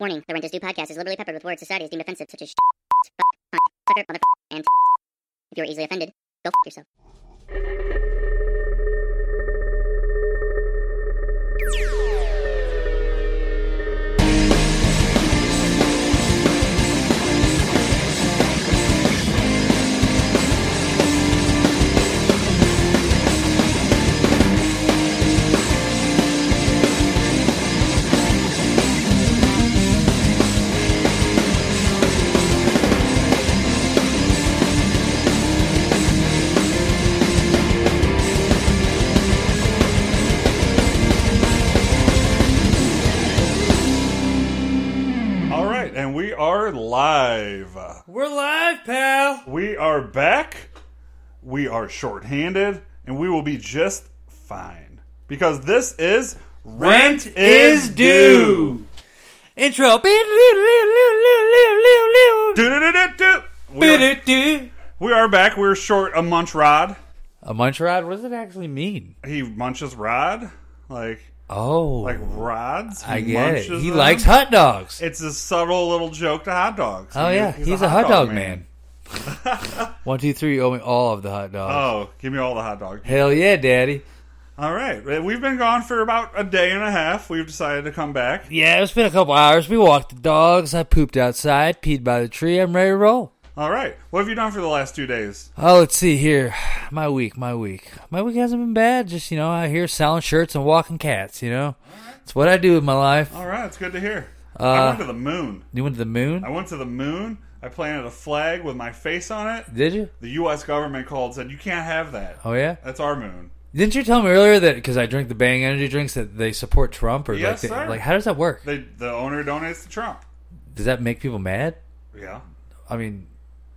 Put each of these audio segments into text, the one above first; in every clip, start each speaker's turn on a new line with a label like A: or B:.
A: Warning: The Renters Do podcast is liberally peppered with words society has deemed offensive, such as sh- fuck, cunt, sucker, mother, and if you are easily offended, go f- yourself.
B: All right, and we are live.
C: We're live, pal.
B: We are back. We are shorthanded, and we will be just fine because this is rent, is due.
C: Intro.
B: Do-do-do-do-do. We are,
C: A
B: we are back. We're short a munch rod.
C: munch rod. What does it actually mean?
B: He munches rod, like
C: Oh,
B: like rods.
C: I get it.
B: munches
C: He
B: them.
C: likes hot dogs.
B: It's a subtle little joke to hot dogs.
C: oh
B: He-
C: yeah, he's, a hot dog, man. One, two, three. Owe me all of the hot dogs.
B: Oh, give me all the hot dog.
C: Hell yeah, daddy.
B: All right, we've been gone for about a day and a half. We've decided to come back.
C: Yeah, it's been a couple hours. We walked the dogs. I pooped outside, peed by the tree. I'm ready to roll.
B: All right. What have you done for the last two days?
C: Oh, let's see here. My week, my week. My week hasn't been bad. Just, you know, out here selling shirts and walking cats, you know? It's what I do with my life.
B: All right. It's good to hear. Uh, I went to the moon.
C: You went to the moon?
B: I went to the moon. I planted a flag with my face on it.
C: Did you?
B: The U.S. government called and said, You can't have that.
C: Oh, yeah?
B: That's our moon.
C: Didn't you tell me earlier that because I drink the Bang energy drinks that they support Trump? Or
B: Yes,
C: like, they-
B: sir.
C: like, how does that work?
B: They, the owner donates to Trump.
C: Does that make people mad?
B: Yeah.
C: I mean,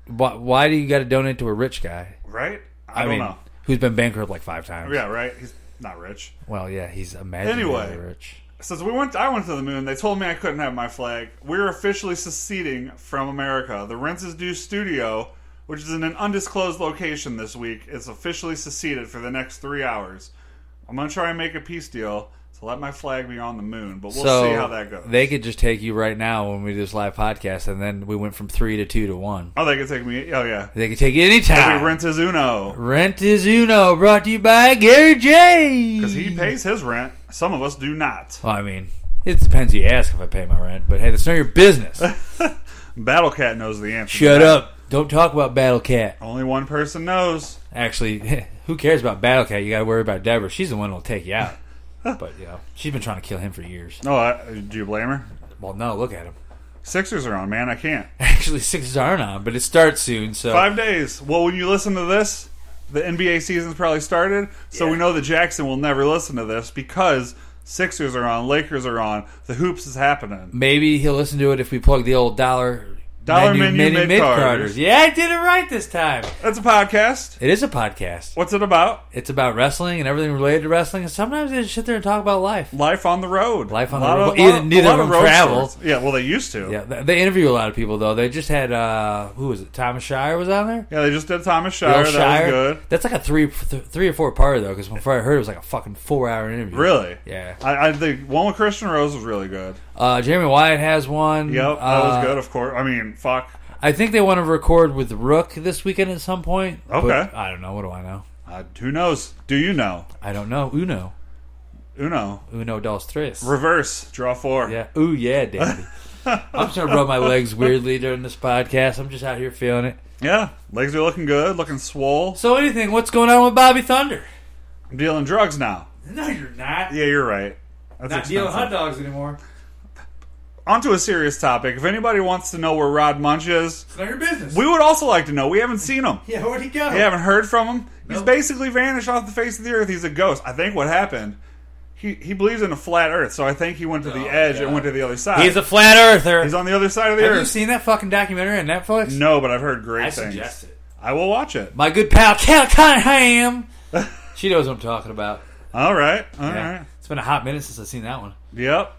C: why, why do you got to donate to a rich guy?
B: Right? I, don't
C: mean,
B: know.
C: who's been bankrupt like five times?
B: Yeah, right? He's not rich.
C: Well, yeah, he's imaginary
B: Anyway.
C: rich.
B: Since we went, I went to the moon. They told me I couldn't have my flag. We're officially seceding from America. The Rents is Due studio, which is in an undisclosed location this week, is officially seceded for the next three hours. I'm gonna try and make a peace deal to let my flag be on the moon, but we'll
C: so
B: see how that goes.
C: they could just take you right now when we do this live podcast, and then we went from three to two to one.
B: oh, they could take me. Oh yeah,
C: They can take it anytime.
B: we rent is Uno
C: Rent is Uno, brought to you by Gary J.
B: because he pays his rent. Some of us do not.
C: Well, I mean, it depends. who You ask if I pay my rent, but hey, that's none of your business.
B: Battle Cat knows the answer. to
C: Shut
B: that.
C: up. Don't talk about Battle Cat.
B: Only one person knows.
C: Actually, who cares about Battle Cat? You got to worry about Deborah. She's the one that'll take you out. But you know, she's been trying to kill him for years.
B: Oh, I, do you blame her?
C: Well, no, look at him.
B: Sixers are on, man. I can't.
C: Actually, sixes aren't on, but it starts soon. So
B: Five days. Well, when you listen to this, the NBA season's probably started. So we know that Jackson will never listen to this because Sixers are on, Lakers are on, the hoops is happening.
C: maybe he'll listen to it if we plug the old dollar
B: Dollar menu mid-carders.
C: mid-carders. Yeah, I did it right this time.
B: That's a podcast.
C: It is a podcast.
B: What's it about?
C: It's about wrestling and everything related to wrestling. And sometimes they just sit there and talk about life.
B: Life on the road.
C: Life on
B: A
C: the
B: lot
C: road.
B: of-
C: Either-
B: lot of-
C: neither
B: a lot
C: of them
B: road
C: travel.
B: stories. Yeah, well, they used to.
C: Yeah, th- they interview a lot of people though. They just had uh, who was it? Thomas Shire was on there.
B: Yeah, they just did Thomas
C: Bill
B: Shire. That was good.
C: That's like a three, th- three or four parter though, because before I heard it was like a fucking four hour interview.
B: Really?
C: Yeah.
B: I, I think one with Christian Rose was really good.
C: Uh, Jeremy Wyatt has one.
B: Yep, that was
C: Uh,
B: good. Of course. I mean, fuck.
C: I think they want to record with Rook this weekend at some point. but
B: Okay.
C: I don't know. What do I know?
B: Uh, who knows? Do you know?
C: I don't know. Uno,
B: Uno.
C: Uno dos tres.
B: Reverse. Draw four.
C: yeah. Ooh yeah, daddy. I'm just gonna rub my legs weirdly during this podcast. I'm just out here feeling it.
B: Yeah, legs are looking good, looking swole.
C: So anything, what's going on with Bobby Thunder?
B: I'm dealing drugs now.
C: No, you're not.
B: Yeah, you're right. That's
C: Not dealing
B: expensive.
C: hot dogs anymore.
B: Onto a serious topic. If anybody wants to know where Rod Munch is,
C: It's not your business.
B: we would also like to know. We haven't seen him.
C: yeah, where'd he go?
B: We haven't heard from him. He's
C: Nope.
B: basically vanished off the face of the earth. He's a ghost. I think what happened. He, he believes in a flat earth, so I think he went to the
C: Oh,
B: edge and
C: God.
B: went to the other side.
C: He's a flat earther.
B: He's on the other side of the
C: Have you
B: earth.
C: seen that fucking documentary on Netflix?
B: no, but I've heard great
C: I
B: things.
C: suggest it.
B: I will watch it.
C: My good pal Cal Cunningham. she knows what I'm talking about.
B: All right. all
C: Yeah.
B: right.
C: It's been a hot minute since I've seen that one.
B: Yep.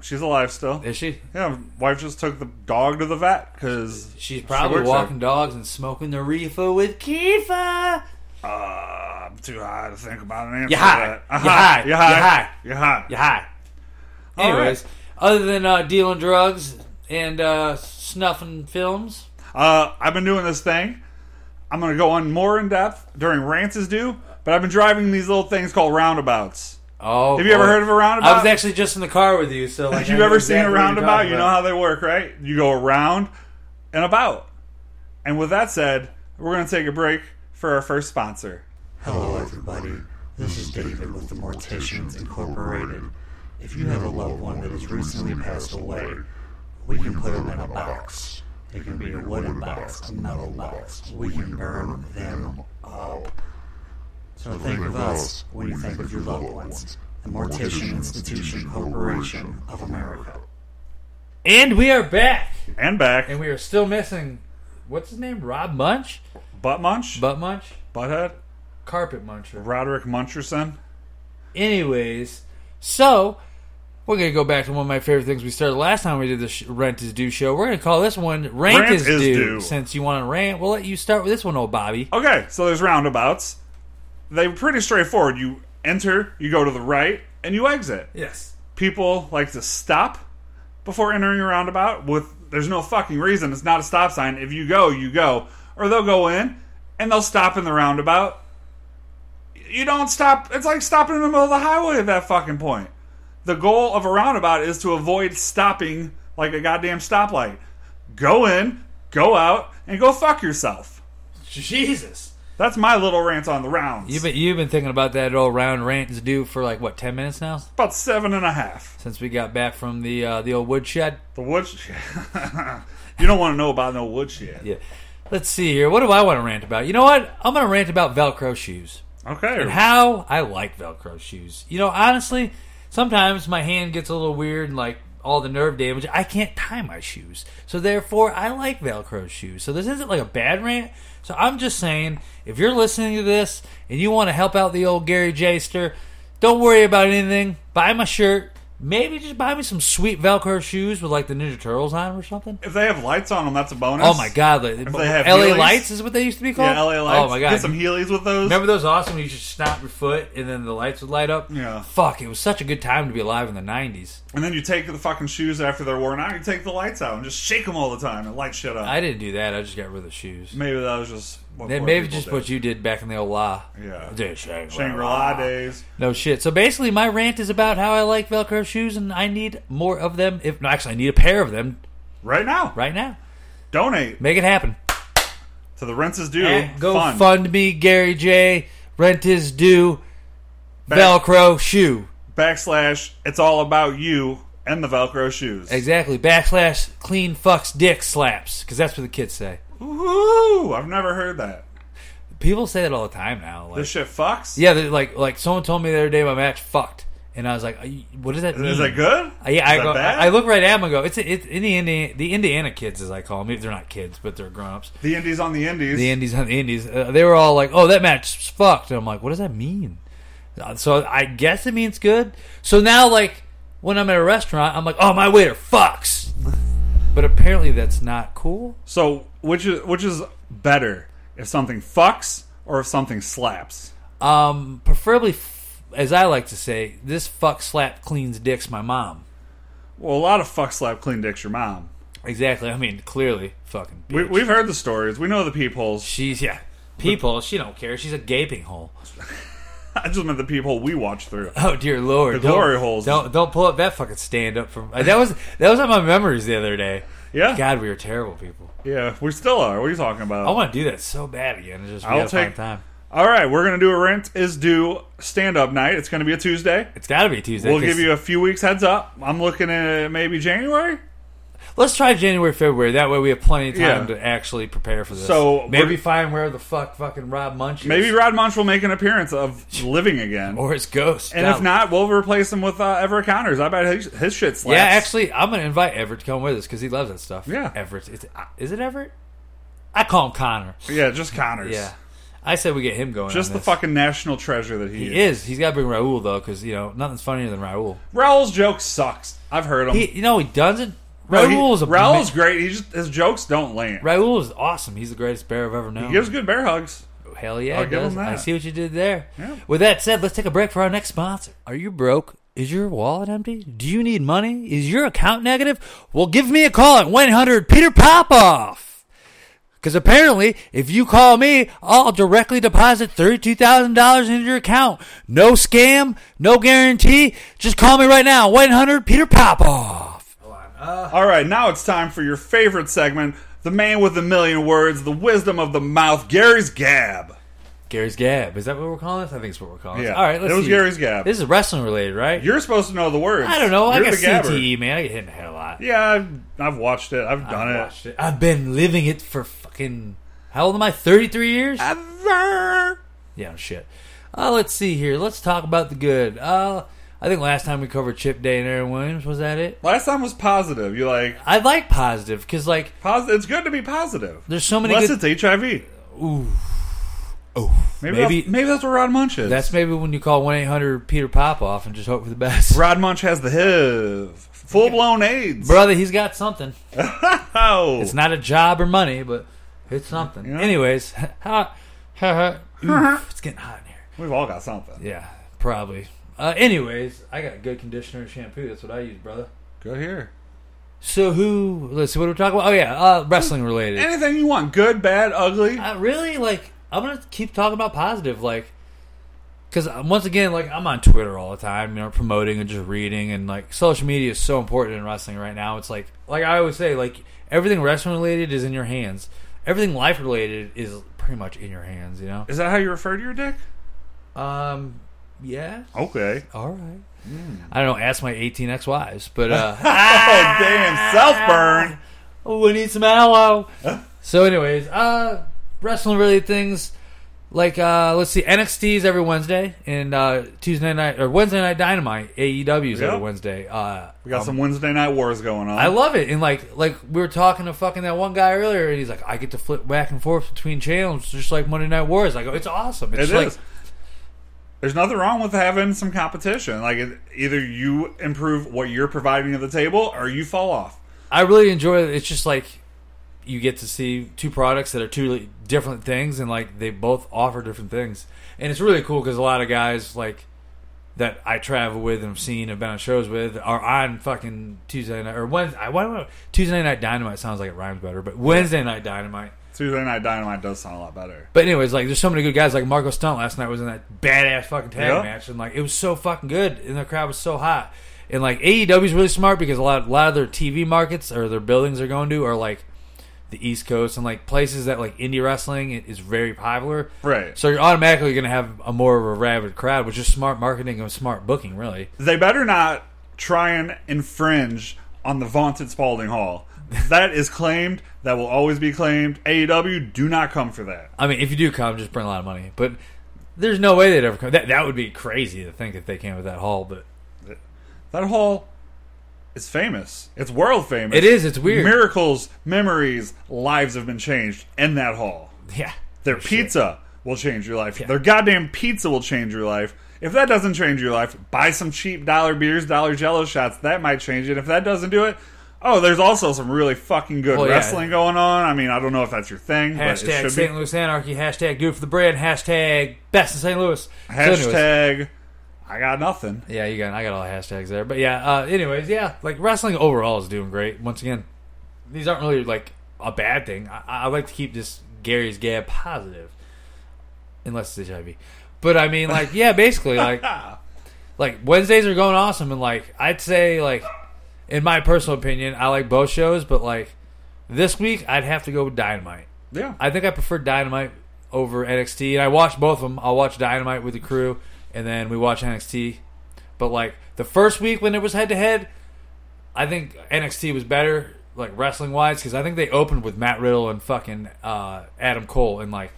B: She's alive still.
C: Is she?
B: Yeah, wife just took the dog to the vet because
C: She's probably
B: works
C: walking dogs and smoking the reefer with Kifa.
B: Uh, I'm too high to think about an answer.
C: You're high.
B: to that. Uh-huh.
C: You're high.
B: You're high.
C: You're high.
B: You're high.
C: Yeah. Anyways, Other than uh, dealing drugs and uh, snuffing films.
B: Uh, I've been doing this thing. I'm going to go on more in depth during rants is due, but I've been driving these little things called roundabouts.
C: Oh,
B: Have you ever
C: boy.
B: heard of a roundabout?
C: I was actually just in the car with you, so like,
B: If you've
C: I know
B: ever seen a
C: exactly what you're
B: roundabout,
C: talking
B: you know
C: about.
B: how they work, right? You go around and about. And with that said, we're going to take a break for our first sponsor.
D: Hello, everybody. This is David with the Morticians Incorporated. If you have a loved one that has recently passed away, we can put them in a box. It can be a wooden box, a metal box. We can burn them up. So think of us when you think of your loved ones. The Mortician Institution Corporation of America.
C: And we are back,
B: And back.
C: and we are still missing. What's his name? Rob Munch,
B: Butt Munch,
C: Butt Munch,
B: Butthead,
C: Carpet Muncher.
B: Roderick Muncherson.
C: Anyways, so we're gonna go back to one of my favorite things we started last time we did the sh- Rent is Due show. We're gonna call this one Rant,
B: Rant
C: is,
B: is
C: due.
B: Due.
C: Since you want to rant, we'll let you start with this one, old Bobby.
B: Okay, so there's roundabouts. They're pretty straightforward. You enter, you go to the right, and you exit.
C: Yes.
B: People like to stop before entering a roundabout with there's no fucking reason. It's not a stop sign. If you go, you go. Or they'll go in and they'll stop in the roundabout. You don't stop. It's like stopping in the middle of the highway at that fucking point. The goal of a roundabout is to avoid stopping like a goddamn stoplight. Go in, go out, and go fuck yourself.
C: Jesus.
B: That's my little rant on the rounds.
C: You've been you've been thinking about that all round rant is due for like what ten minutes now
B: About seven and a half.
C: since we got back from the uh, the old woodshed.
B: The wood. you don't want to know about no wood shit.
C: Yeah. Let's see here. What do I want to rant about? You know what? I'm gonna rant about Velcro shoes.
B: Okay.
C: how I like Velcro shoes. You know, honestly, sometimes my hand gets a little weird and like all the nerve damage. I can't tie my shoes. So therefore, I like Velcro shoes. So this isn't like a bad rant. So I'm just saying, if you're listening to this and you want to help out the old Gary Jaster, don't worry about anything. Buy my shirt. Maybe just buy me some sweet Velcro shoes with like the Ninja Turtles on 'em or something.
B: If they have lights on them, that's a bonus.
C: Oh my god, like,
B: they have
C: LA
B: Heelys?
C: Lights is what they used to be called.
B: Yeah, LA lights.
C: Oh my god,
B: Get some Heelys with those.
C: Remember those awesome? You should snap your foot and then the lights would light up.
B: Yeah.
C: Fuck, it was such a good time to be alive in the '90s.
B: And then you take the fucking shoes after they're worn out. You take the lights out and just shake them all the time and light shit up.
C: I didn't do that. I just got rid of the shoes.
B: maybe that was just what
C: Then
B: poor
C: maybe
B: people
C: just
B: did.
C: what you did back in the old la.
B: Yeah.
C: Dude, Shangri-La.
B: Shangri-La days.
C: No shit. So basically, my rant is about how I like Velcro shoes and I need more of them. If no, actually, I need a pair of them
B: Right now,
C: right now.
B: donate
C: Make it happen.
B: to the rents is due.
C: At
B: fund.
C: GoFundMe, Gary J. Rent is due.
B: Back-
C: Velcro shoe.
B: backslash. It's all about you and the Velcro shoes.
C: Exactly. Backslash clean fucks dick slaps because that's what the kids say.
B: Ooh, I've never heard that.
C: People say that all the time now. Like,
B: This shit fucks.
C: yeah, they're like like someone told me the other day my match fucked, and I was like, "Are you- "What does that mean?"
B: Is that good?
C: I, yeah, I,
B: Is that
C: go,
B: bad?
C: I I look right at them and go, "It's it's in the Indiana, the Indiana kids as I call them. Maybe they're not kids, but they're grown ups.
B: The Indies on the Indies.
C: The Indies on the Indies. Uh, they were all like, "Oh, that match fucked." And I'm like, "What does that mean?" Uh, So I guess it means good. So now, like when I'm at a restaurant, I'm like, "Oh, my waiter fucks," but apparently that's not cool.
B: so which is which is better, if something fucks or if something slaps?
C: Um, preferably, f- as I like to say, this fuck slap cleans dicks my mom.
B: Well, a lot of fuck slap clean dicks your mom.
C: Exactly. I mean, clearly, fucking.
B: We,
C: bitch.
B: we've heard the stories. We know the peepholes.
C: She's yeah. People, she don't care. She's a gaping hole.
B: I just meant the peephole we watch through.
C: Oh dear lord!
B: The
C: Don't-
B: glory holes.
C: Don't don't pull up that fucking stand up from uh, that was that was on my memories the other day.
B: Yeah,
C: God, we were terrible people.
B: yeah. We still are. What are you talking
C: I
B: about?
C: want to do that so bad again. It's just we
B: I'll
C: gotta find
B: take-
C: time.
B: All right, we're gonna do a rent is due stand up night. It's gonna be a Tuesday.
C: It's got to be Tuesday.
B: We'll
C: 'cause-
B: give you a few weeks heads up. I'm looking at maybe January.
C: Let's try January, February. That way we have plenty of time
B: Yeah.
C: to actually prepare for this.
B: So,
C: maybe
B: we're-
C: find where the fuck fucking Rob Munch is.
B: Maybe Rod Munch will make an appearance of living again.
C: or his ghost.
B: And if
C: God,
B: not, we'll replace him with uh, Everett Connors. I bet his, his shit slaps.
C: Yeah, actually, I'm gonna invite Everett to come with us because he loves that stuff.
B: Yeah.
C: Everett. It's, uh, is it Everett? I call him Connor.
B: Yeah, just Connors.
C: Yeah, I said we get him going.
B: Just
C: on
B: the
C: this.
B: fucking national treasure that he,
C: He
B: is.
C: is. He's got to bring Raul though, because you know nothing's funnier than Raul.
B: Raul's joke sucks. I've heard him.
C: He, you know, he doesn't.
B: Um, No, he-
C: Raul is a
B: Raul's great. He just his jokes don't land.
C: Raul is awesome. He's the greatest bear I've ever known.
B: He gives good bear hugs.
C: Hell yeah,
B: I'll
C: it
B: give
C: does.
B: him that.
C: I see what you did there.
B: Yeah.
C: With that said, let's take a break for our next sponsor. Are you broke? Is your wallet empty? Do you need money? Is your account negative? Well, give me a call at 100 Peter Popoff. Because apparently, if you call me, I'll directly deposit $32,000 into your account. No scam, no guarantee. Just call me right now, 100 Peter Popoff.
B: All right, now it's time for your favorite segment the man with a million words, the wisdom of the mouth, Gary's Gab.
C: Gary's Gab. Is that what we're calling this? I think it's what we're calling
B: Yeah.
C: it. All right, let's
B: It was
C: see.
B: Gary's Gab.
C: This is wrestling related, right?
B: You're supposed to know the words.
C: I don't know.
B: You're
C: I got E.
B: the gabber.
C: CTE, man. I get hit in the head a lot.
B: Yeah, I've, I've watched it. I've done
C: I've
B: it.
C: watched it. I've been living it for fucking. How old am I? 33 years?
B: Ever.
C: yeah, shit. Uh, let's see here. Let's talk about the good. Uh, I think last time we covered Chip Day and Aaron Williams. Was that it?
B: Last time was positive. You're like,
C: I like positive because, like,
B: positive. It's good to be positive.
C: there's so many
B: Unless
C: good.
B: it's HIV.
C: Oh,
B: Maybe,
C: Maybe-
B: that's, maybe that's what Rod Munch is.
C: that's maybe when you call 1 800 Peter Popoff and just hope for the best.
B: Rod Munch has the HIV. Full blown AIDS.
C: Brother, he's got something.
B: Oh.
C: It's not a job or money, but it's something.
B: Yeah.
C: Anyways, ha, ha, ha. Oof, it's getting hot in here.
B: We've all got something.
C: Yeah, probably. Uh, anyways, I got good conditioner and shampoo. That's what I use, brother.
B: Go here.
C: So who? Let's see. What are we talking about? Oh yeah, uh, wrestling related.
B: Anything you want. Good, bad, ugly.
C: I really like. I'm gonna keep talking about positive, like, because once again, like, I'm on Twitter all the time, you know, promoting and just reading, and like, social media is so important in wrestling right now. It's like, like I always say, like, everything wrestling related is in your hands. Everything life related is pretty much in your hands. You know.
B: Is that how you refer to your dick?
C: Um. Yeah.
B: Okay.
C: All right. I don't know. Ask my 18 ex wives, but uh,
B: Oh, damn. Self burn.
C: oh, we need some aloe. so, anyways, uh, wrestling related things like uh, let's see, NXT's every Wednesday and uh, Tuesday night or Wednesday night Dynamite. AEW's
B: Yep.
C: every Wednesday. Uh,
B: We got
C: um,
B: some Wednesday night wars going on.
C: I love it, and like like we were talking to fucking that one guy earlier, and he's like, I get to flip back and forth between channels, just like Monday Night Wars. I go, it's awesome.
B: It
C: It's
B: is.
C: like
B: There's nothing wrong with having some competition. Like it, either you improve what you're providing at the table, or you fall off.
C: I really enjoy it. It's just like you get to see two products that are two really different things, and like they both offer different things, and it's really cool because a lot of guys like that I travel with and have seen have been on shows with are on fucking Tuesday night or Wednesday. I, why do I, Tuesday night Dynamite sounds like it rhymes better, but Wednesday night Dynamite.
B: Tuesday night dynamite does sound a lot better.
C: But anyways, like there's so many good guys. Like Marco Stunt last night was in that badass fucking tag
B: Yeah.
C: match, and like it was so fucking good, and the crowd was so hot. And like AEW's really smart because a lot, a lot of their TV markets or their buildings they're going to are like the East Coast and like places that like indie wrestling i- is very popular.
B: Right.
C: So you're automatically going to have a more of a rabid crowd, which is smart marketing and smart booking, really.
B: They better not try and infringe on the vaunted Spalding Hall. That is claimed. That will always be claimed. AEW, do not come for that.
C: I mean, if you do come, just bring a lot of money. But there's no way they'd ever come. That that would be crazy to think that they came with that haul, but
B: That hall is famous. It's world famous.
C: it is. It's weird.
B: Miracles, memories, lives have been changed in that hall.
C: yeah.
B: Their
C: No shit.
B: pizza will change your life. Their goddamn pizza will change your life. If that doesn't change your life, buy some cheap dollar beers, dollar jello shots. That might change it. If that doesn't do it, oh, there's also some really fucking good
C: Well, yeah.
B: wrestling going on. I mean, I don't know if that's your thing, but
C: Hashtag
B: it should
C: St.
B: be.
C: Louis Anarchy. Hashtag Do It for the Bread. Hashtag Best in St. Louis. So anyways,
B: Hashtag, I got nothing.
C: yeah, you got. I got all the hashtags there. But yeah. Uh, anyways, yeah. Like wrestling overall is doing great. Once again, these aren't really like a bad thing. I, I like to keep this Gary's gab positive, unless it's HIV. But I mean, like, yeah, basically, like, like Wednesdays are going awesome, and like, I'd say, like, in my personal opinion, I like both shows, but like, this week I'd have to go with Dynamite.
B: Yeah.
C: I think I prefer Dynamite over NXT. And I watched both of them. I'll watch Dynamite with the crew, and then we watch NXT. But like the first week when it was head to head, I think NXT was better, like wrestling wise, because I think they opened with Matt Riddle and fucking uh, Adam Cole, and like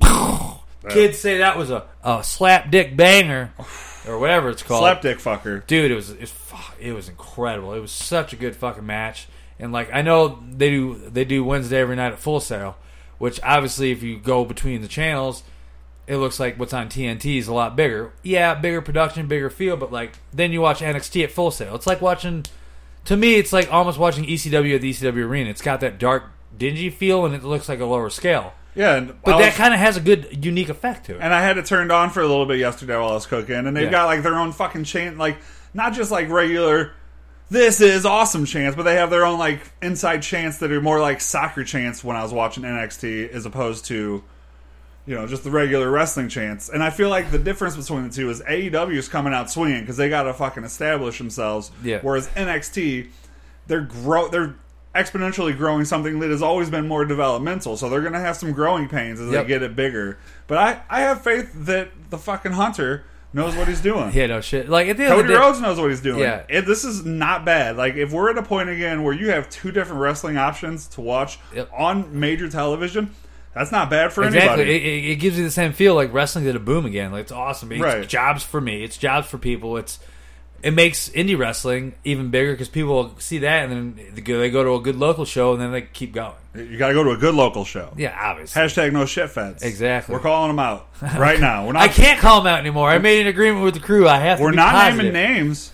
C: kids say that was a, a slap dick banger or whatever it's called
B: Slap dick fucker.
C: dude, it was it, it was incredible. It was such a good fucking match. And like I know they do they do Wednesday every night at Full Sail, which obviously if you go between the channels, it looks like what's on TNT is a lot bigger. Yeah, bigger production, bigger feel, but like then you watch NXT at Full Sail. It's like watching to me, it's E like almost watching ECW at the ECW arena. It's got that dark, dingy feel, and it looks like a lower scale.
B: Yeah, and
C: But
B: I
C: that
B: was-
C: kind of has a good, unique effect to it.
B: and I had it turned on for a little bit yesterday while I was cooking, and they've
C: Yeah.
B: got like their own fucking chant, like not just like regular. This is awesome chants, but they have their own like inside chants that are more like soccer chants when I was watching NXT as opposed to, you know, just the regular wrestling chants. And I feel like the difference between the two is AEW is coming out swinging because they got to fucking establish themselves.
C: Yeah.
B: Whereas NXT, they're grow they're exponentially growing something that has always been more developmental so they're going to have some growing pains as
C: Yep.
B: they get it bigger but I, I have faith that the fucking hunter knows what he's doing
C: yeah, no shit. Like at the end of
B: cody
C: the day,
B: rhodes knows what he's doing
C: Yeah.
B: It- this is not bad like if we're at a point again where you have two different wrestling options to watch
C: Yep.
B: on major television that's not bad for
C: exactly.
B: anybody
C: It, it, it gives you the same feel like wrestling did a boom again. Like it's awesome. It's
B: Right.
C: jobs for me. It's jobs for people. It's it makes indie wrestling even bigger because people see that and then they go they go to a good local show and then they keep going.
B: you gotta go to a good local show
C: Yeah, obviously.
B: hashtag no shit feds
C: Exactly.
B: we're calling them out right now we're not
C: I can't call them out anymore. I made an agreement with the crew. I have. to
B: we're
C: be
B: not naming
C: positive.
B: names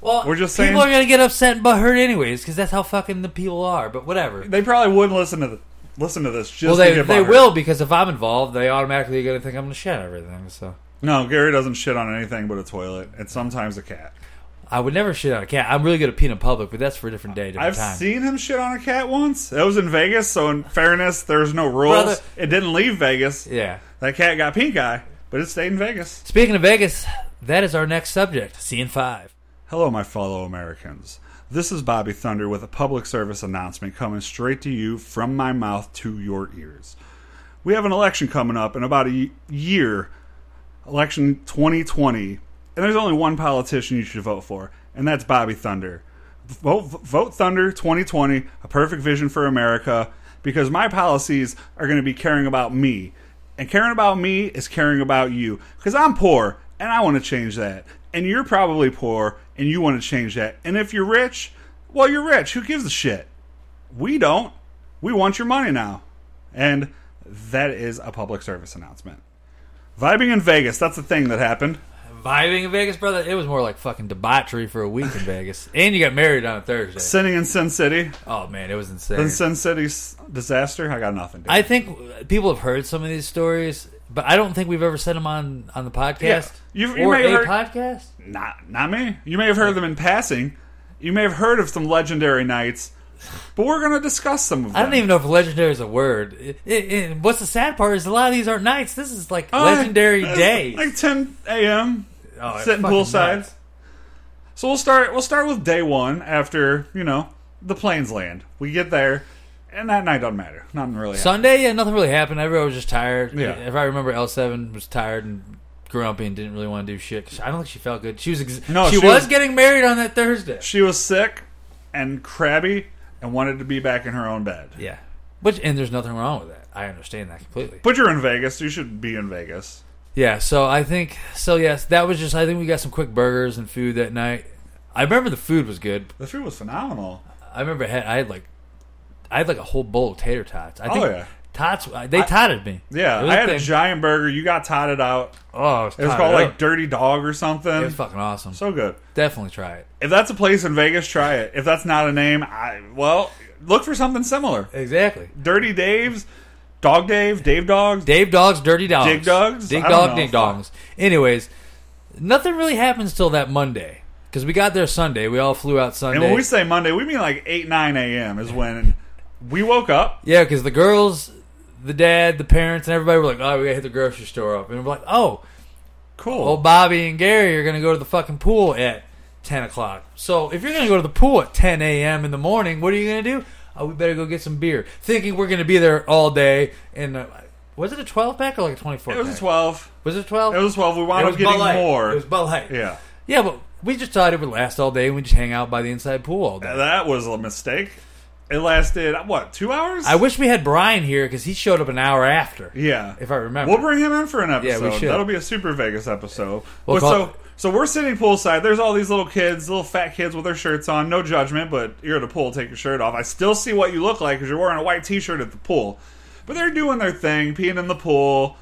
C: Well,
B: We're just
C: people
B: saying-
C: are gonna get upset and butthurt anyways because that's how fucking the people are. But whatever.
B: they probably wouldn't listen to the, listen to this. Just
C: Well,
B: to
C: they
B: get
C: they
B: butthurt.
C: will because if I'm involved, they automatically are gonna think I'm gonna shit everything. So.
B: No, Gary doesn't shit on anything but a toilet, and sometimes a cat.
C: I would never shit on a cat. I'm really good at peeing in public, but that's for a different day, different
B: I've
C: time.
B: seen him shit on a cat once. That was in Vegas, so in fairness, there's no rules.
C: Brother-
B: it didn't leave Vegas.
C: yeah.
B: That cat got pink eye, but it stayed in Vegas.
C: Speaking of Vegas, that is our next subject. Seeing five.
B: Hello, my fellow Americans. This is Bobby Thunder with a public service announcement coming straight to you from my mouth to your ears. We have an election coming up in about a y- year, election 2020, and there's only one politician you should vote for, and that's Bobby Thunder. Vote, vote Thunder 2020, a perfect vision for America, because my policies are going to be caring about me. And caring about me is caring about you, because I'm poor and I want to change that. And you're probably poor and you want to change that. And if you're rich, well, you're rich. Who gives a shit? We don't. We want your money now. And that is a public service announcement. Vibing in Vegas, that's the thing that happened.
C: Vibing in Vegas, brother. It was more like fucking debauchery for a week in Vegas, and you got married on a Thursday.
B: Sinning in Sin City.
C: Oh man, it was
B: In
C: insane.
B: Sin City's disaster, I got nothing. Dude.
C: I think people have heard some of these stories, but I don't think we've ever said them on on the
B: Yeah.
C: podcast
B: You- you
C: or
B: may
C: a
B: have heard-
C: podcast.
B: not, not me. You may have heard them in passing. You may have heard of some legendary nights, but we're going to discuss some of them.
C: I don't even know if legendary is a word. It- it- it- what's the sad part is a lot of these aren't nights. This is like
B: Uh,
C: legendary
B: it's
C: days.
B: Like 10 a.m.
C: Oh, it's
B: sitting
C: fucking
B: poolside.
C: nuts.
B: So we'll start. We'll start with day one after you know the planes land. We get there, and that night doesn't matter. Nothing really. happened.
C: Sunday, yeah, nothing really happened. Everyone was just tired.
B: Yeah.
C: If I remember, L seven was tired and grumpy and didn't really want to do shit. 'cause I don't think she felt good. She was ex-
B: No,
C: she,
B: she
C: was
B: was-
C: getting married on that Thursday.
B: she was sick and crabby and wanted to be back in her own bed.
C: Yeah, which and there's nothing wrong with that. I understand that completely.
B: But you're in Vegas. You should be in Vegas.
C: Yeah, so I think so. Yes, that was just. I think we got some quick burgers and food that night. I remember the food was good.
B: The food was phenomenal.
C: I remember I had, I had like I had like a whole bowl of tater tots. I
B: Oh,
C: think
B: yeah.
C: tots uh, they totted me.
B: Yeah,
C: It was
B: I had a
C: thing.
B: giant burger. You got totted out.
C: Oh, it was,
B: It was called like Dirty Dog or something.
C: it was fucking awesome.
B: so good.
C: Definitely try it.
B: If that's a place in Vegas, try it. If that's not a name, I well look for something similar.
C: Exactly.
B: Dirty Dave's, Dog Dave, Dave Dogs.
C: Dave Dogs, Dirty Dogs.
B: Dig Dogs?
C: Dig
B: I don't
C: Dog,
B: know.
C: Dig Dongs. Anyways, nothing really happens till that Monday. Because we got there Sunday. We all flew out Sunday.
B: And when we say Monday, we mean like 8, 9 a.m. is when we woke up.
C: yeah, because the girls, the dad, the parents, and everybody were like, oh, we got to hit the grocery store up. And we're like, oh,
B: Cool.
C: well, Bobby and Gary are going to go to the fucking pool at 10 o'clock. So if you're going to go to the pool at 10 a.m. in the morning, what are you going to do? Oh, we better go get some beer. Thinking we're going to be there all day. And uh, was it a 12 pack or like a 24
B: it was a 12.
C: Was it 12?
B: It was 12. We wound
C: Oh, It
B: up
C: was
B: getting
C: Bud Light.
B: more.
C: It was Bud Light.
B: yeah.
C: Yeah, but we just thought it would last all day and we'd just hang out by the inside pool all day.
B: That was a mistake. It lasted, what, two hours?
C: I wish we had Brian here because he showed up an hour after.
B: yeah.
C: If I remember.
B: We'll bring him in for an
C: Yeah,
B: episode.
C: we should.
B: That'll be a Super Vegas episode.
C: We'll
B: But
C: call-
B: so, so we're sitting poolside. There's all these little kids, little fat kids with their shirts on. No judgment, but you're at a pool, take your shirt off. I still see what you look like because you're wearing a white T-shirt at the pool. But they're doing their thing, peeing in the pool,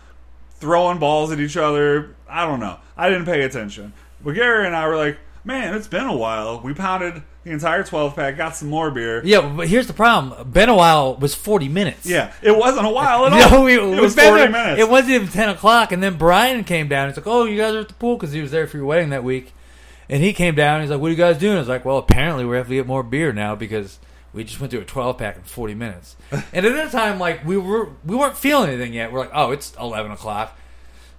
B: throwing balls at each other. I don't know. I didn't pay attention. But Gary and I were like, man, it's been a while. We pounded the entire 12 pack, got some more beer.
C: Yeah, but here's the problem. Been a while was 40 minutes.
B: Yeah, it wasn't a while at all.
C: No, we,
B: it was 40 minutes.
C: It wasn't even 10 o'clock. And then Brian came down. He's like, oh, you guys are at the pool because he was there for your wedding that week. And he came down. He's like, what are you guys doing? I was like, well, apparently we have to get more beer now because we just went through a 12 pack in 40 minutes. and at that time, like, we, were, we weren't feeling anything yet. We're like, oh, it's 11 o'clock.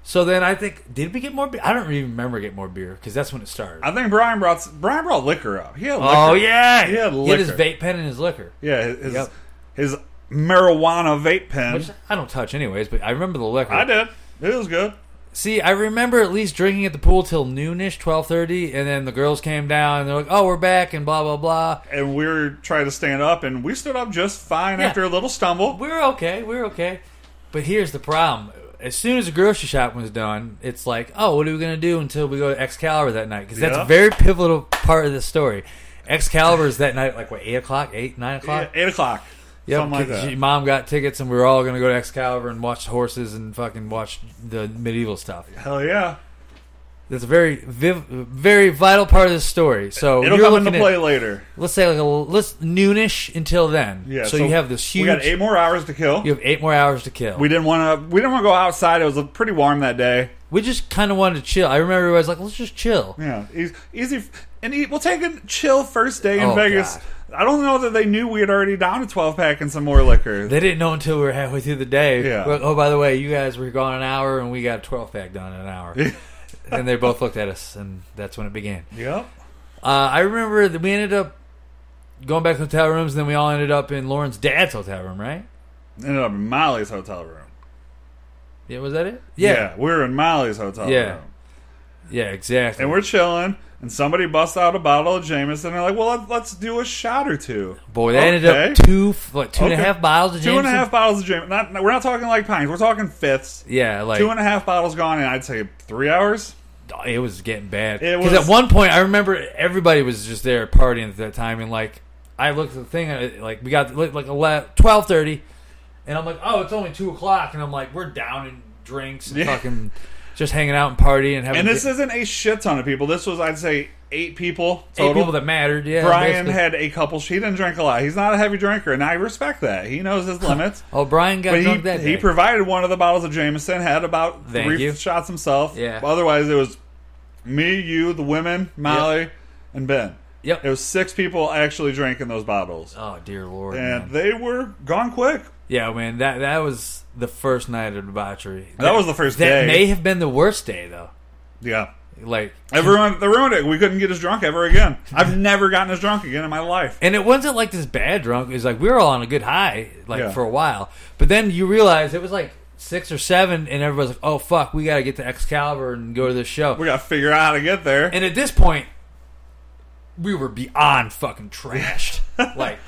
C: So then I think, did we get more beer? I don't even remember getting more beer because that's when it started.
B: I think Brian brought s- Brian brought liquor up. He had liquor.
C: oh, yeah.
B: He had
C: He had his
B: liquor.
C: vape pen and his liquor.
B: Yeah, his
C: Yep.
B: his marijuana vape pen.
C: Which I don't touch anyways, but I remember the liquor.
B: I did. It was good.
C: See, I remember at least drinking at the pool till noonish, twelve thirty, and then the girls came down and they're like, "Oh, we're back," and blah blah blah.
B: And we were trying to stand up, and we stood up just fine
C: Yeah.
B: after a little stumble.
C: We're okay, we're okay. But here's the problem: as soon as the grocery shopping was done, it's like, "Oh, what are we gonna do until we go to Excalibur that night?" Because that's
B: Yeah.
C: a very pivotal part of the story. Excalibur's that night, like what eight o'clock, eight nine o'clock.
B: Eight o'clock.
C: Yep,
B: Something like
C: 'cause
B: that.
C: your mom got tickets, and we were all gonna go to Excalibur and watch horses and fucking watch the medieval stuff.
B: Hell yeah.
C: That's a very viv- very vital part of the story. So
B: It'll
C: you're
B: come into
C: looking at-
B: play later.
C: let's say like a l- let's noonish until then.
B: Yeah.
C: So, you have this huge.
B: We got eight more hours to kill.
C: you have eight more hours to kill.
B: We
C: We,
B: didn't want to. We didn't want to go outside. It was uh, pretty warm that day.
C: just kind of wanted to chill. I remember I was like, let's just chill.
B: Yeah, easy, easy f- and e- we'll take a chill first day in
C: Oh,
B: Vegas.
C: God.
B: I don't know that they knew we had already down a twelve pack and some more liquor.
C: They didn't know until we were halfway through the day.
B: Yeah.
C: We're like, oh, by the way, you guys were gone an hour, and we got a twelve pack done in an hour. and they both looked at us, and that's when it began.
B: yep.
C: Uh, I remember that we ended up going back to hotel rooms, and then we all ended up in Lauren's dad's hotel room, right?
B: Ended up in Molly's hotel room.
C: Yeah, was that it?
B: we were in Molly's hotel
C: Yeah.
B: room,
C: yeah, exactly.
B: and we're chilling. And somebody busts out a bottle of Jameson. And they're like, "Well, let- let's do a shot or two.
C: Boy, they ended
B: Okay.
C: up two, what, two and a half
B: Okay.
C: miles of
B: Two and a
C: Jameson?
B: half bottles of Jameson. Not, we're not talking like pints. We're talking fifths.
C: Yeah, like
B: Two and a half bottles gone, and I'd say three hours.
C: it was getting bad.
B: It
C: Because
B: was-
C: at one point, I remember everybody was just there partying at that time, and like I looked at the thing, and it- like we got like like twelve thirty, and I'm like, oh, it's only two o'clock, and I'm like, we're down in drinks and
B: Yeah.
C: fucking just hanging out and partying and having
B: And this
C: eight
B: isn't a shit ton of people. This was, I'd say, eight people total.
C: people that mattered. Yeah,
B: Brian
C: basically.
B: had a couple. He didn't drink a lot. He's not a heavy drinker, and I respect that. He knows his limits.
C: oh Brian got
B: But he,
C: drunk that
B: he
C: day.
B: provided one of the bottles of Jameson, had about
C: Thank
B: three
C: you.
B: shots himself.
C: Yeah.
B: Otherwise, it was me, you, the women, Molly, and Ben.
C: Yep.
B: It was six people actually drinking those bottles.
C: oh dear lord. man.
B: and they were gone quick.
C: Yeah, man, that that was the first night of debauchery.
B: That was the first
C: that
B: day.
C: may have been the worst day though.
B: Yeah.
C: Like
B: Everyone, they ruined it. We couldn't get as drunk ever again. I've never gotten as drunk again in my life.
C: And it wasn't like this bad drunk. It was like we were all on a good high, like
B: Yeah.
C: for a while. But then you realize it was like six or seven, and everybody's like, "Oh fuck, we got to get to Excalibur and go to this show."
B: We got to figure out how to get there.
C: and at this point, we were beyond fucking trashed. like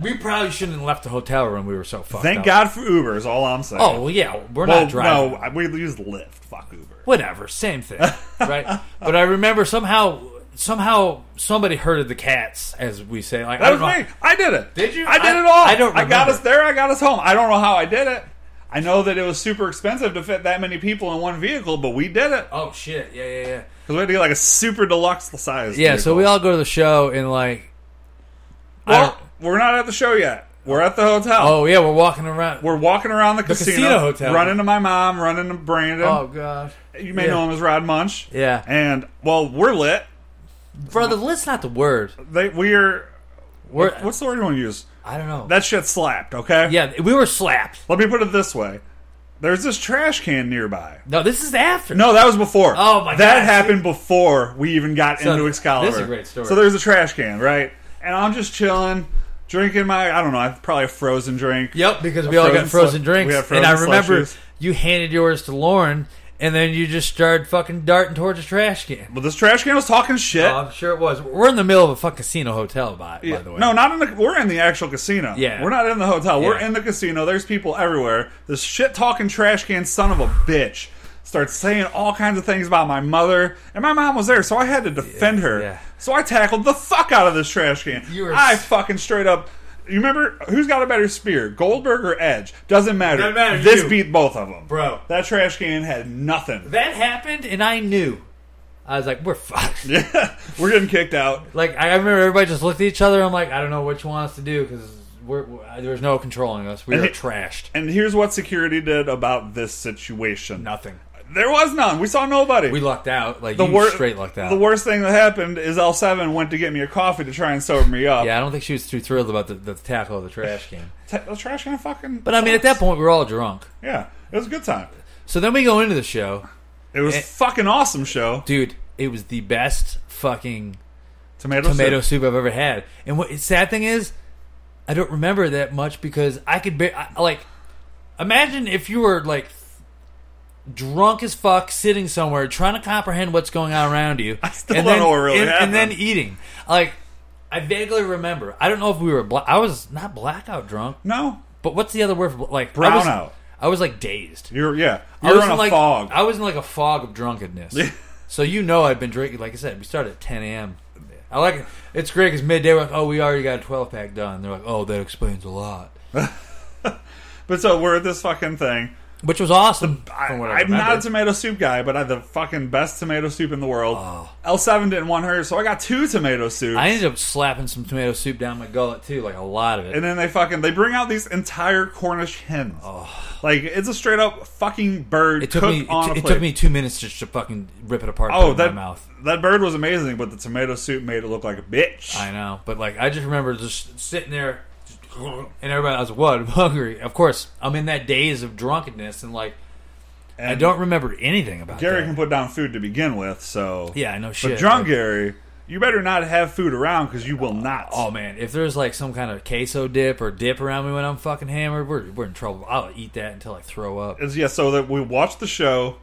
C: we probably shouldn't have left the hotel room. We were so fucked.
B: Thank
C: up.
B: God for Uber is all I'm saying.
C: Oh well, yeah, we're
B: well,
C: not driving.
B: no, we use Lyft. Fuck Uber.
C: Whatever, same thing, right? but I remember somehow, somehow somebody herded the cats, as we say. Like I
B: That was
C: don't know.
B: me. I did it.
C: Did you?
B: I did
C: I-
B: it all.
C: I don't
B: I got
C: remember.
B: us there. I got us home. I don't know how I did it. I know that it was super expensive to fit that many people in one vehicle, but we did it because
C: Oh shit! Yeah, yeah, yeah.
B: we had to get like a super deluxe size.
C: Yeah, so we all go to the show and like, I
B: Well,
C: don't-
B: we're not at the show yet. We're at the hotel.
C: oh yeah, we're walking around.
B: We're walking around the, casino,
C: casino hotel.
B: running to my mom, running to Brandon.
C: oh god,
B: you may
C: yeah.
B: know him as Rod Munch.
C: Yeah.
B: and well, we're lit.
C: brother, let's not the word.
B: They we're
C: We're
B: what's the word you want to use?
C: I don't know.
B: That shit slapped. Okay.
C: yeah, we were slapped.
B: Let me put it this way: there's this trash can nearby.
C: No, this is after.
B: No, that was before.
C: Oh, my
B: That
C: God.
B: happened before we even got
C: So,
B: into Excalibur.
C: this is a great story.
B: So there's a trash can, right? And I'm just chilling, drinking my I don't know, I probably a frozen drink.
C: Yep, because
B: A
C: we all got
B: slu-
C: frozen drinks,
B: We had frozen
C: and I remember
B: slushies.
C: you handed yours to Lauren, and then you just started fucking darting towards the trash can.
B: But this trash can was talking shit.
C: Oh, I'm sure it was. We're in the middle of a fucking casino hotel, by, by the way.
B: No, not in the. We're in the actual casino.
C: Yeah.
B: we're not in the hotel. We're
C: Yeah.
B: in the casino. There's people everywhere. This shit talking trash can son of a bitch starts saying all kinds of things about my mother, and my mom was there, so I had to defend her.
C: yeah.
B: So I tackled the fuck out of this trash can.
C: You were-
B: I fucking straight up. You remember who's got a better spear, Goldberg or Edge? Doesn't matter.
C: Doesn't matter,
B: This
C: you.
B: beat both of them,
C: Bro.
B: That trash can had nothing.
C: that happened, and I knew. I was like, we're fucked.
B: Yeah, we're getting kicked out.
C: Like I remember everybody just looked at each other. I'm like, I don't know what you want us to do because we're, we there was no controlling us. We
B: And
C: were
B: he-
C: trashed.
B: And here's what security did about this situation.
C: Nothing.
B: There was none. We saw nobody.
C: We lucked out. Like
B: the
C: you
B: wor-
C: straight lucked out.
B: The worst thing that happened is L7 went to get me a coffee to try and sober me up.
C: yeah, I don't think she was too thrilled about the, the tackle of the trash can.
B: T- the trash can fucking.
C: But I mean, at that point, we were all drunk.
B: Yeah, it was a good time.
C: So then we go into the show,
B: It was
C: Eh.
B: fucking awesome show.
C: dude. It was the best fucking
B: Tomato,
C: tomato
B: soup.
C: soup I've ever had. And what sad thing is, I don't remember that much because I could be I, like, imagine if you were like drunk as fuck, sitting somewhere trying to comprehend what's going on around you. I
B: still don't know what really
C: and, and then
B: happened.
C: eating. Like, I vaguely remember. I don't know if we were. Bla- I was not blackout drunk,
B: No,
C: but what's the other word for bla- like I was-
B: Brownout.
C: I was like dazed.
B: you're yeah.
C: I
B: You're
C: was
B: in a
C: in, like,
B: fog.
C: I was in like a fog of drunkenness. so you know I've been drinking. Like I said, we started at 10 a.m. I like it. It's great because midday we're like, oh, we already got a 12 pack done. They're like, oh, that explains a lot,
B: But so we're at this fucking thing.
C: which was awesome.
B: I,
C: from what
B: I'm not a
C: remember.
B: tomato soup guy, but I had the fucking best tomato soup in the world. L7 didn't want hers, so I got two tomato soups.
C: Oh. I ended up slapping some tomato soup down my gullet too, like a lot of it.
B: and then they fucking they bring out these entire Cornish hens. Like it's a straight up fucking bird
C: Oh. it took
B: cooked
C: me.
B: on
C: It,
B: a
C: it
B: plate.
C: took me two minutes just to fucking rip it apart. and
B: oh
C: put it
B: that
C: in my mouth.
B: that bird was amazing, but the tomato soup made it look like a bitch.
C: I know, but like I just remember just sitting there, just, and everybody I was like, "What? I'm hungry." Of course, I'm in that daze of drunkenness, and like I
B: And
C: don't remember anything about
B: Gary
C: that.
B: can put down food to begin with, so
C: yeah, I know
B: But
C: shit.
B: drunk
C: Like,
B: Gary, you better not have food around because you will not.
C: oh man, if there's like some kind of queso dip or dip around me when I'm fucking hammered, we're we're in trouble. I'll eat that until I throw up.
B: It's- yeah, so that we watch the show,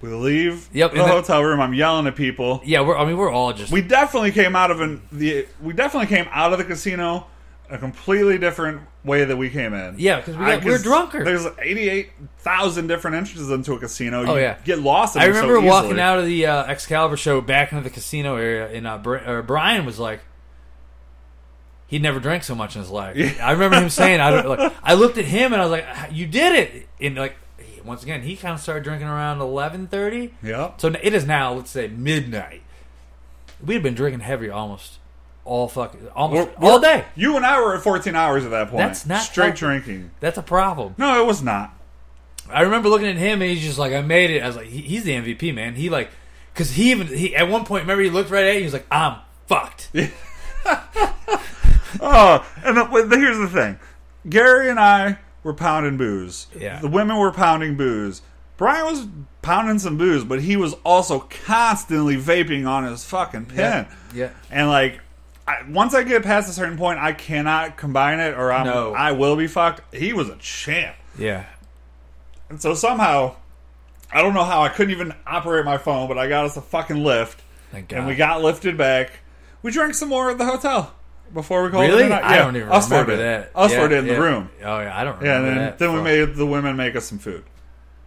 B: we leave
C: Yep,
B: the
C: and then-
B: hotel room. I'm yelling at people.
C: Yeah, we're. I mean, we're all just.
B: We definitely came out of an the we definitely came out of the casino a completely different way that we came in.
C: Yeah, 'cause we got-
B: I-
C: we were drunker.
B: There's eighty eight thousand different entrances into a casino.
C: Oh,
B: you
C: yeah.
B: get lost. In
C: I
B: them so
C: remember walking
B: easily.
C: out of the uh, Excalibur show back into the casino area, and uh, Bri- or Brian was like, he never drank so much in his life. I remember him saying, I, don't- like, I looked at him and I was like, you did it. And like, he- once again, he kind of started drinking around 11.30.
B: Yeah,
C: So n- it is now, let's say, midnight. We had been drinking heavy almost all fucking, almost
B: We're-
C: all day.
B: you and I were at fourteen hours at that point.
C: That's not
B: straight
C: healthy.
B: drinking.
C: That's a problem.
B: No, it was not.
C: I remember looking at him and he's just like, I made it. I was like, he, he's the MVP, man. He like, cause he even he at one point, remember he looked right at you. He was like, I'm fucked.
B: Oh, and the, well, here's the thing: Gary and I were pounding booze.
C: Yeah.
B: the women were pounding booze. Brian was pounding some booze, but he was also constantly vaping on his fucking pen.
C: Yeah, yeah.
B: and like. I, once I get past a certain point, I cannot combine it, or I'm,
C: No.
B: I will be fucked. He was a champ,
C: Yeah,
B: and so somehow, I don't know how I couldn't even operate my phone, but I got us a fucking lift,
C: thank God.
B: and we got lifted back. We drank some more at the hotel before we called it
C: really.
B: a night.
C: I
B: Yeah,
C: don't even
B: us four
C: remember
B: did.
C: that.
B: Us
C: yeah,
B: four did in
C: yeah.
B: the room.
C: Oh yeah, I don't remember
B: Yeah, and then,
C: that.
B: then we
C: Fuck.
B: made the women make us some food,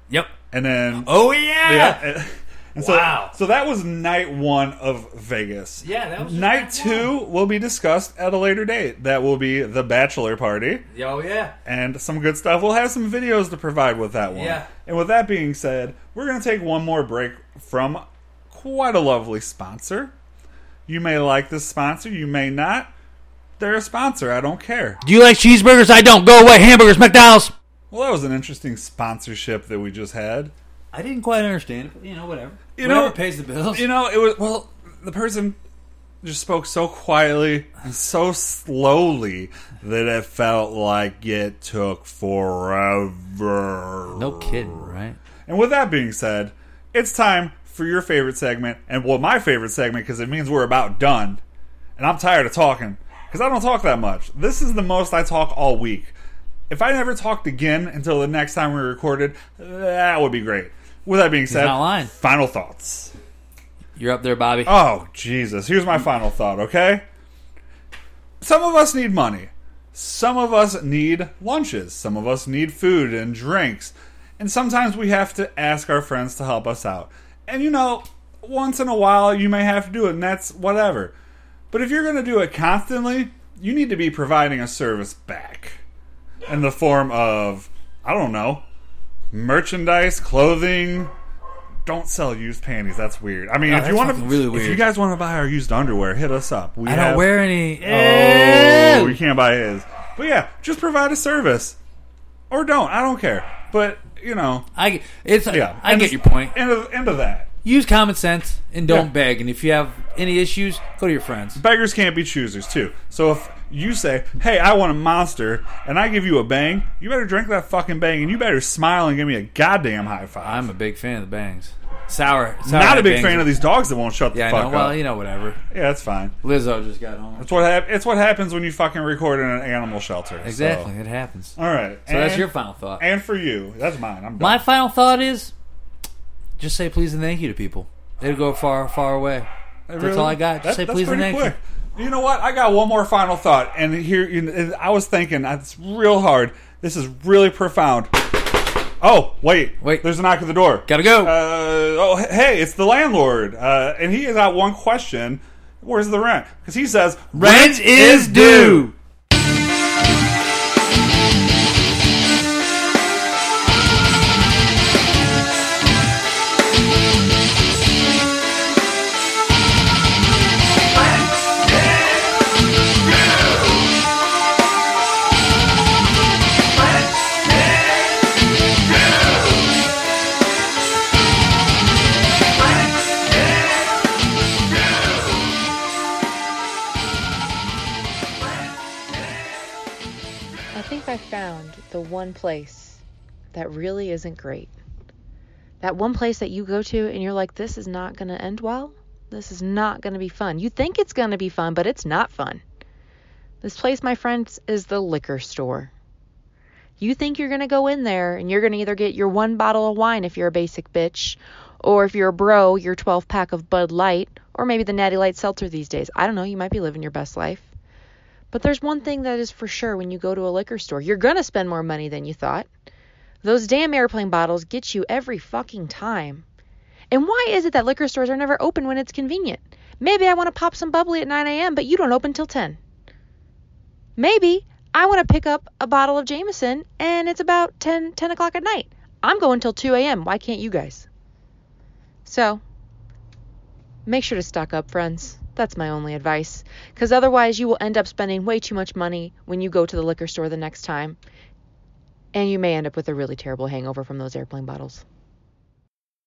C: Yep.
B: and then
C: Oh yeah.
B: yeah, and, and so
C: Wow.
B: so that was night one of Vegas.
C: Yeah, that was just
B: night
C: night
B: two will be discussed at a later date. That will be the bachelor party,
C: Yeah, Oh yeah.
B: and some good stuff. We'll have some videos to provide with that one.
C: Yeah.
B: And with that being said, we're gonna take one more break from quite a lovely sponsor. You may like this sponsor, you may not. They're a sponsor. I don't care.
C: Do you like cheeseburgers? I don't. Go away. Hamburgers, McDonald's.
B: Well, that was an interesting sponsorship that we just had.
C: I didn't quite understand it, but you know, whatever.
B: You
C: Whatever
B: know-
C: pays the bills.
B: You know, it was well. The person just spoke so quietly and so slowly that it felt like it took forever.
C: no kidding, right?
B: And with that being said, it's time for your favorite segment, and well, my favorite segment because it means we're about done, and I'm tired of talking because I don't talk that much. This is the most I talk all week. If I never talked again until the next time we recorded, that would be great. With that being said,
C: not lying.
B: final thoughts.
C: You're up there, Bobby.
B: Oh, Jesus. Here's my final thought, okay? Some of us need money. Some of us need lunches. Some of us need food and drinks. And sometimes we have to ask our friends to help us out. And you know, once in a while you may have to do it, and that's whatever. But if you're going to do it constantly, you need to be providing a service back in the form of, I don't know, merchandise, clothing, don't sell used panties. That's weird. I mean,
C: No,
B: if you
C: that's
B: want to,
C: fucking really
B: if
C: weird.
B: you guys want to buy our used underwear, hit us up. We
C: I
B: have-
C: don't wear any.
B: Oh,
C: Ew.
B: you can't buy his. But yeah, just provide a service, or don't. I don't care. But you know,
C: I it's
B: yeah.
C: I
B: End
C: get
B: of-
C: your point.
B: End of end of that.
C: Use common sense and don't
B: Yeah.
C: beg. And if you have any issues, go to your friends.
B: beggars can't be choosers too. So if you say, "Hey, I want a monster," and I give you a bang, you better drink that fucking bang, and you better smile and give me a goddamn high five.
C: I'm a big fan of the bangs. Sour. sour
B: not a big
C: bangs.
B: fan of these dogs that won't shut the
C: Yeah, I
B: fuck
C: know.
B: up.
C: Well, you know, whatever.
B: yeah, that's fine.
C: Lizzo just got home.
B: It's what hap- it's what happens when you fucking record in an animal shelter. so-
C: Exactly, it happens. So
B: All right. So
C: that's your final thought.
B: And for you, that's mine. I'm done.
C: My final thought is, just say please and thank you to people. They'll go far, far away. That's
B: Really?
C: all I got.
B: That-
C: Just say
B: that's
C: please and
B: pretty
C: thank you.
B: quick. You know what? I got one more final thought, and here you- and I was thinking. uh, It's real hard. This is really profound. Oh wait,
C: Wait.
B: There's a knock at the door.
C: Gotta go.
B: Uh, oh h- hey, it's the landlord, uh, and he has got one question. Where's the rent? Because he says
C: Rent is due.
E: I think I found the one place that really isn't great. That one place that you go to and you're like, this is not going to end well. This is not going to be fun. You think it's going to be fun, but it's not fun. This place, my friends, is the liquor store. You think you're going to go in there and you're going to either get your one bottle of wine if you're a basic bitch, or if you're a bro, your 12 pack of Bud Light, or maybe the Natty Light Seltzer these days. I don't know. You might be living your best life. But there's one thing that is for sure when you go to a liquor store, you're going to spend more money than you thought. Those damn airplane bottles get you every fucking time. And why is it that liquor stores are never open when it's convenient? Maybe I want to pop some bubbly at 9 a.m., but you don't open till 10. Maybe I want to pick up a bottle of Jameson and it's about 10, 10 o'clock at night. I'm going till 2 a.m. Why can't you guys? So, make sure to stock up, friends. That's my only advice. Because otherwise, you will end up spending way too much money when you go to the liquor store the next time. And you may end up with a really terrible hangover from those airplane bottles.